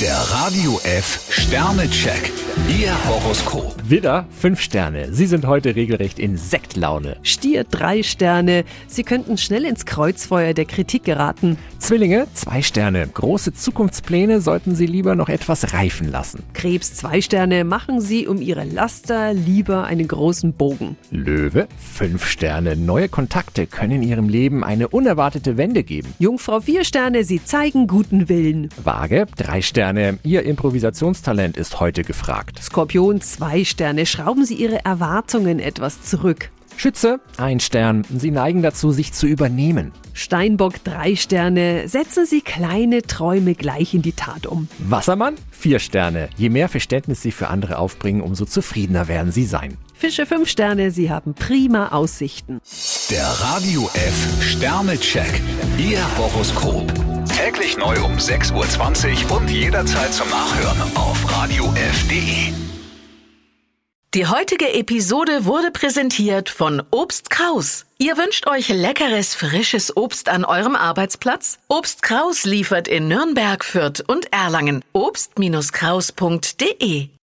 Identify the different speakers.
Speaker 1: Der Radio F Sternecheck. Ihr Horoskop.
Speaker 2: Widder, 5 Sterne. Sie sind heute regelrecht in Sektlaune.
Speaker 3: Stier drei Sterne. Sie könnten schnell ins Kreuzfeuer der Kritik geraten.
Speaker 2: Zwillinge, 2 Sterne. Große Zukunftspläne sollten Sie lieber noch etwas reifen lassen.
Speaker 3: Krebs zwei Sterne. Machen Sie um Ihre Laster lieber einen großen Bogen.
Speaker 2: Löwe, 5 Sterne. Neue Kontakte können Ihrem Leben eine unerwartete Wende geben.
Speaker 3: Jungfrau vier Sterne. Sie zeigen guten Willen.
Speaker 2: Waage, 3 Sterne. Ihr Improvisationstalent ist heute gefragt.
Speaker 3: Skorpion zwei Sterne. Schrauben Sie Ihre Erwartungen etwas zurück.
Speaker 2: Schütze, 1 Stern. Sie neigen dazu, sich zu übernehmen.
Speaker 3: Steinbock drei Sterne. Setzen Sie kleine Träume gleich in die Tat um.
Speaker 2: Wassermann, 4 Sterne. Je mehr Verständnis Sie für andere aufbringen, umso zufriedener werden Sie sein.
Speaker 3: Fische fünf Sterne. Sie haben prima Aussichten.
Speaker 1: Der Radio F Sternecheck. Ihr Horoskop. Täglich neu um 6.20 Uhr und jederzeit zum Nachhören auf Radio E. radiof.de.
Speaker 4: Die heutige Episode wurde präsentiert von Obst Kraus. Ihr wünscht euch leckeres, frisches Obst an eurem Arbeitsplatz? Obst Kraus liefert in Nürnberg, Fürth und Erlangen. Obst-Kraus.de